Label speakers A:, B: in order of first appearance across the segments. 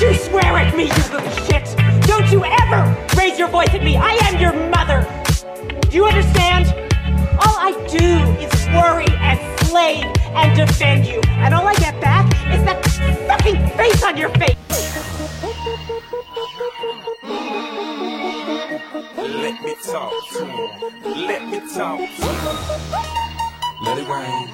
A: you swear at me, you little shit! Don't you ever raise your voice at me! I am your mother! Do you understand? All I do is worry and slay and defend you, and all I get back is that fucking face on your face!
B: Let me talk to him. Let me talk to him. Let it rain.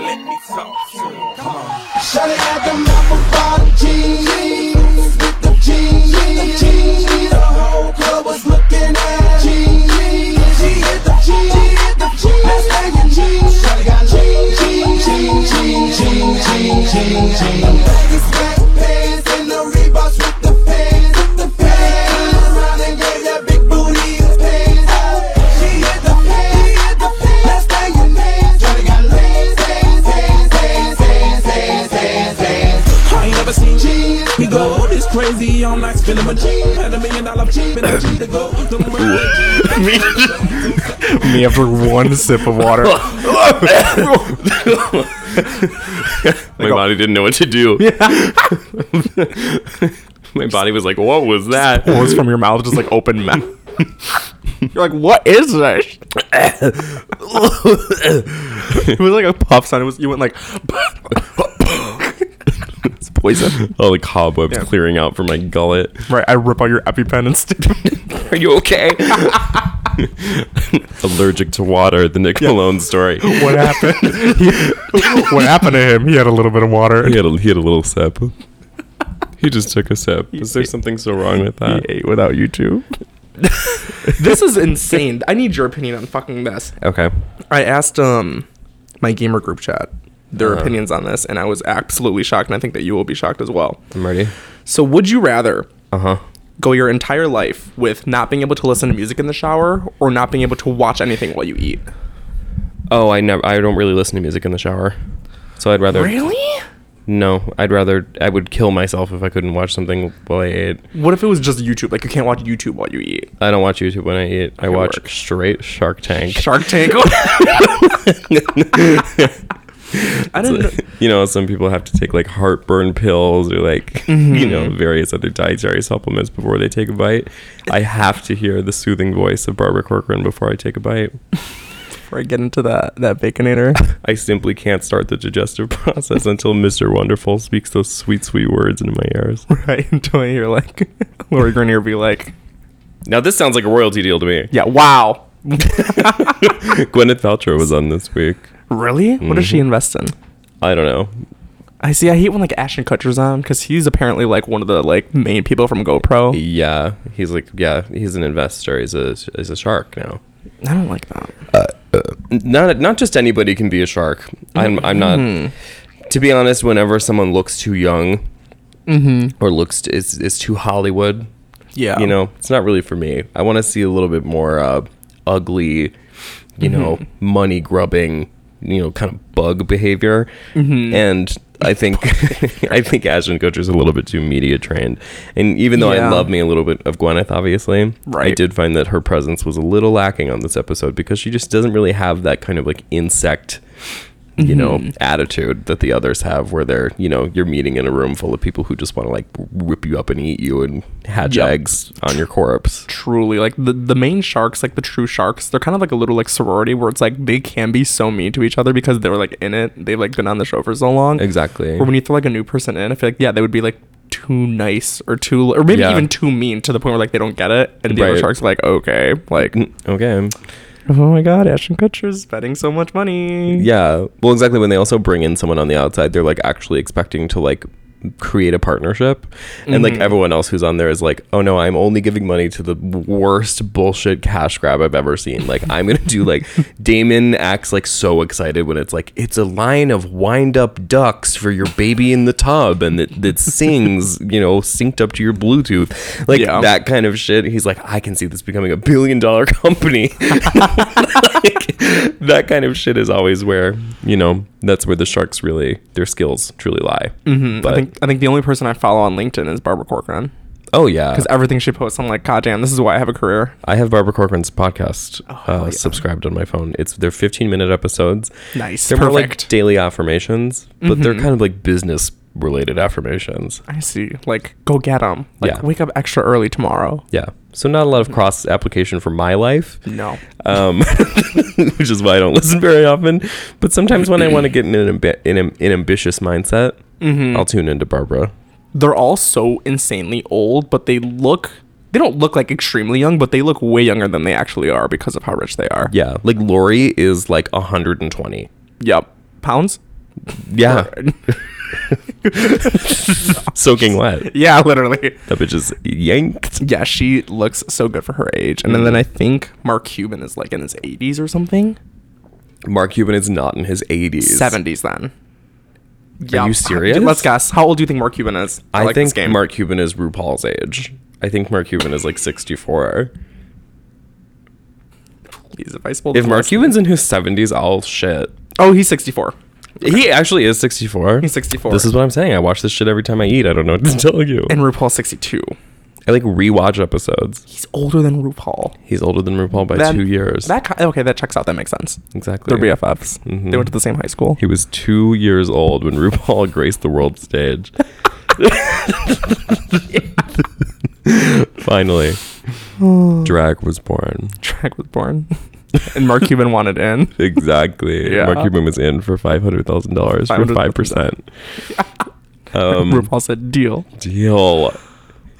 B: Let me talk to him. Come on.
C: Shut it like I'm not for the G's. With the G's, the G's. The whole club was looking at G's. She hit the G, she hit the G. Let's hang in G's. Shut it got G, G, G, G, G, G, G, G. The baggy sweat pants and the Reeboks with the fans, with the fans. Turned around and gave that big booty a pants up. She hit the pants, she hit the pants. Let's hang in pants. Shut it got pants, pants, pants, pants, pants, pants, pants, pants.
B: I ain't never seen
C: G.
B: We go this crazy all night, spinning my G. Had a million dollar G, and a G to go. The murder G.
D: Me after one sip of water.
E: My body didn't know what to do. My body was like, "What was that?"
D: was from your mouth, just like open mouth. You're like, what is this? it was like a puff sound. It was you went like it's poison.
E: All the cobwebs
D: Yeah.
E: clearing out from my gullet.
D: Right, I rip out your EpiPen and stick
E: Are you okay? Allergic to water. The Nick Malone story. He
D: what happened? He- what happened to him? He had a little bit of water.
E: had a, he had a little sip. He just took a sip. Is there something so wrong with
D: He
E: that?
D: ate without you two.
F: this is insane. I need your opinion on fucking this.
E: Okay.
F: I asked um my gamer group chat their
D: Uh-huh.
F: opinions on this, and I was absolutely shocked, and I think that you will be shocked as well.
E: I'm ready.
F: So, would you rather
E: Uh huh.
F: go your entire life with not being able to listen to music in the shower or not being able to watch anything while you eat?
E: Oh, I never. I don't really listen to music in the shower, so I'd rather.
F: Really?
E: No, I'd rather. I would kill myself if I couldn't watch something while I ate.
F: What if it was just YouTube? Like you can't watch YouTube while you eat.
E: I don't watch YouTube when I eat. I watch
F: work.
E: straight Shark Tank.
F: Shark Tank. I didn't. know-
E: you know, some people have to take like heartburn pills or like you know various other dietary supplements before they take a bite. I have to hear the soothing voice of Barbara Corcoran before I take a bite.
F: Before I get into that that baconator,
E: I simply can't start the digestive process until Mr. Wonderful speaks those sweet, sweet words into my ears.
F: right? Until I hear like Lori Grenier be like,
E: Now this sounds like a royalty deal to me.
F: "Yeah, wow,
E: Gwyneth Paltrow was on this week.
F: really? What does she invest in?"
E: I don't know.
F: I see. I hate when like Ashton Kutcher's on because he's apparently like one of the like main people from GoPro.
E: Yeah, he's like, yeah, he's an investor. He's a he's a shark now.
F: I don't like that.
E: not not just anybody can be a shark. I'm I'm not. To be honest, whenever someone looks too young, or looks t- is is too Hollywood,
F: Yeah,
E: you know, it's not really for me. I want to see a little bit more uh, ugly, you know,
F: Mm-hmm.
E: money grubbing, you know, kind of bug behavior.
F: Mm-hmm.
E: And I think I think Ashton Kutcher's a little bit too media trained. And even though I
F: Yeah.
E: love me a little bit of Gwyneth, obviously, I
F: Right.
E: did find that her presence was a little lacking on this episode because she just doesn't really have that kind of like insect. You know,
F: Mm-hmm.
E: attitude that the others have, where they're, you know, you're meeting in a room full of people who just want to like whip you up and eat you and hatch
F: Yep.
E: eggs on your corpse.
F: truly like the the main sharks, like the true sharks. They're kind of like a little like sorority where it's like they can be so mean to each other because they were like in it. They've like been on the show for so long.
E: Exactly.
F: Or when you throw like a new person in, I feel like yeah, they would be like too nice or too or maybe
E: Yeah.
F: even too mean to the point where like they don't get it and the
E: Right.
F: other sharks are like okay like
E: Mm, Okay.
F: oh my god Ashton Kutcher's betting so much money
E: Yeah. Well, exactly. When they also bring in someone on the outside, they're like actually expecting to like create a partnership. And like everyone else who's on there is like, oh no, I'm only giving money to the worst bullshit cash grab I've ever seen. Like, I'm going to do like Damon acts like so excited when it's like, it's a line of wind up ducks for your baby in the tub and that, that sings, you know, synced up to your Bluetooth. Like
F: Yeah.
E: that kind of shit. He's like, I can see this becoming a billion dollar company. like, that kind of shit is always where you know that's where the sharks really their skills truly lie. Mm-hmm. But
F: I think I think the only person I follow on LinkedIn is Barbara Corcoran.
E: oh yeah,
F: Because everything she posts, I'm like, God damn, this is why I have a career.
E: I have Barbara Corcoran's podcast uh, subscribed on my phone. It's they're 15 minute episodes.
F: Nice.
E: They're more like
F: Perfect.
E: Mm-hmm. daily affirmations, but they're kind of like business related affirmations.
F: I see. Like, go get them. Like,
E: Yeah.
F: wake up extra early tomorrow.
E: Yeah. So not a lot of cross application for my life.
F: No.
E: um, which is why I don't listen very often. But sometimes when I want to get in an, ambi- in an, an ambitious mindset, I'll tune into Barbara.
F: They're all so insanely old, but they look. They don't look like extremely young, but they look way younger than they actually are because of how rich they are.
E: Yeah, like Lori is like 120.
F: Yep. Pounds?
E: Yeah, soaking wet.
F: yeah, literally.
E: That bitch is yanked.
F: Yeah, she looks so good for her age.
E: Mm-hmm.
F: And then I think Mark Cuban is like in his 80s or something.
E: Mark Cuban is not in his 80s.
F: 70s then. Yeah.
E: you serious?
F: Let's guess. How old do you think Mark Cuban is?
E: I,
F: like this
E: think Mark Cuban is RuPaul's age. I think Mark Cuban is like 64.
F: Please, if I spoke
E: If Mark
F: less-
E: Cuban's in his 70s, I'll shit.
F: Oh, he's 64.
E: He actually is 64.
F: He's 64.
E: This is what I'm saying. I watch this shit every time I eat. I don't know what to tell you.
F: And RuPaul's 62.
E: I like rewatch episodes.
F: He's older than RuPaul.
E: He's older than RuPaul by
F: That-
E: two years.
F: That ki- okay, that checks out. That makes sense.
E: exactly.
F: They're BFFs. They went to the same high school.
E: He was two years old when RuPaul graced the world stage. Finally, drag was born.
F: Track was born, and Mark Cuban wanted in.
E: Exactly.
F: Yeah.
E: Mark Cuban was in for five hundred thousand dollars for five percent. Um,
F: RuPaul said deal.
E: deal.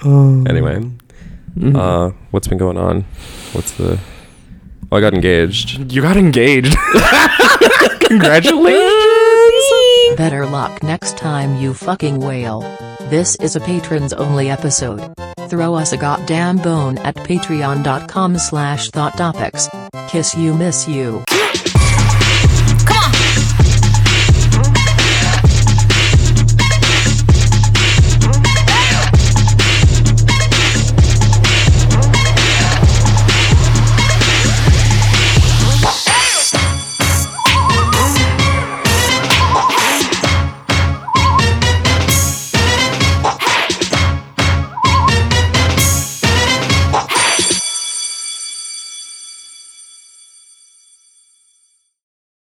E: Anyway, uh, what's been going on? What's the? Oh, I got engaged.
F: You got engaged. Congratulations.
G: Better luck next time you fucking whale. This is a patrons only episode. Throw us a goddamn bone at patreon.com slash thought topics. Kiss you miss you.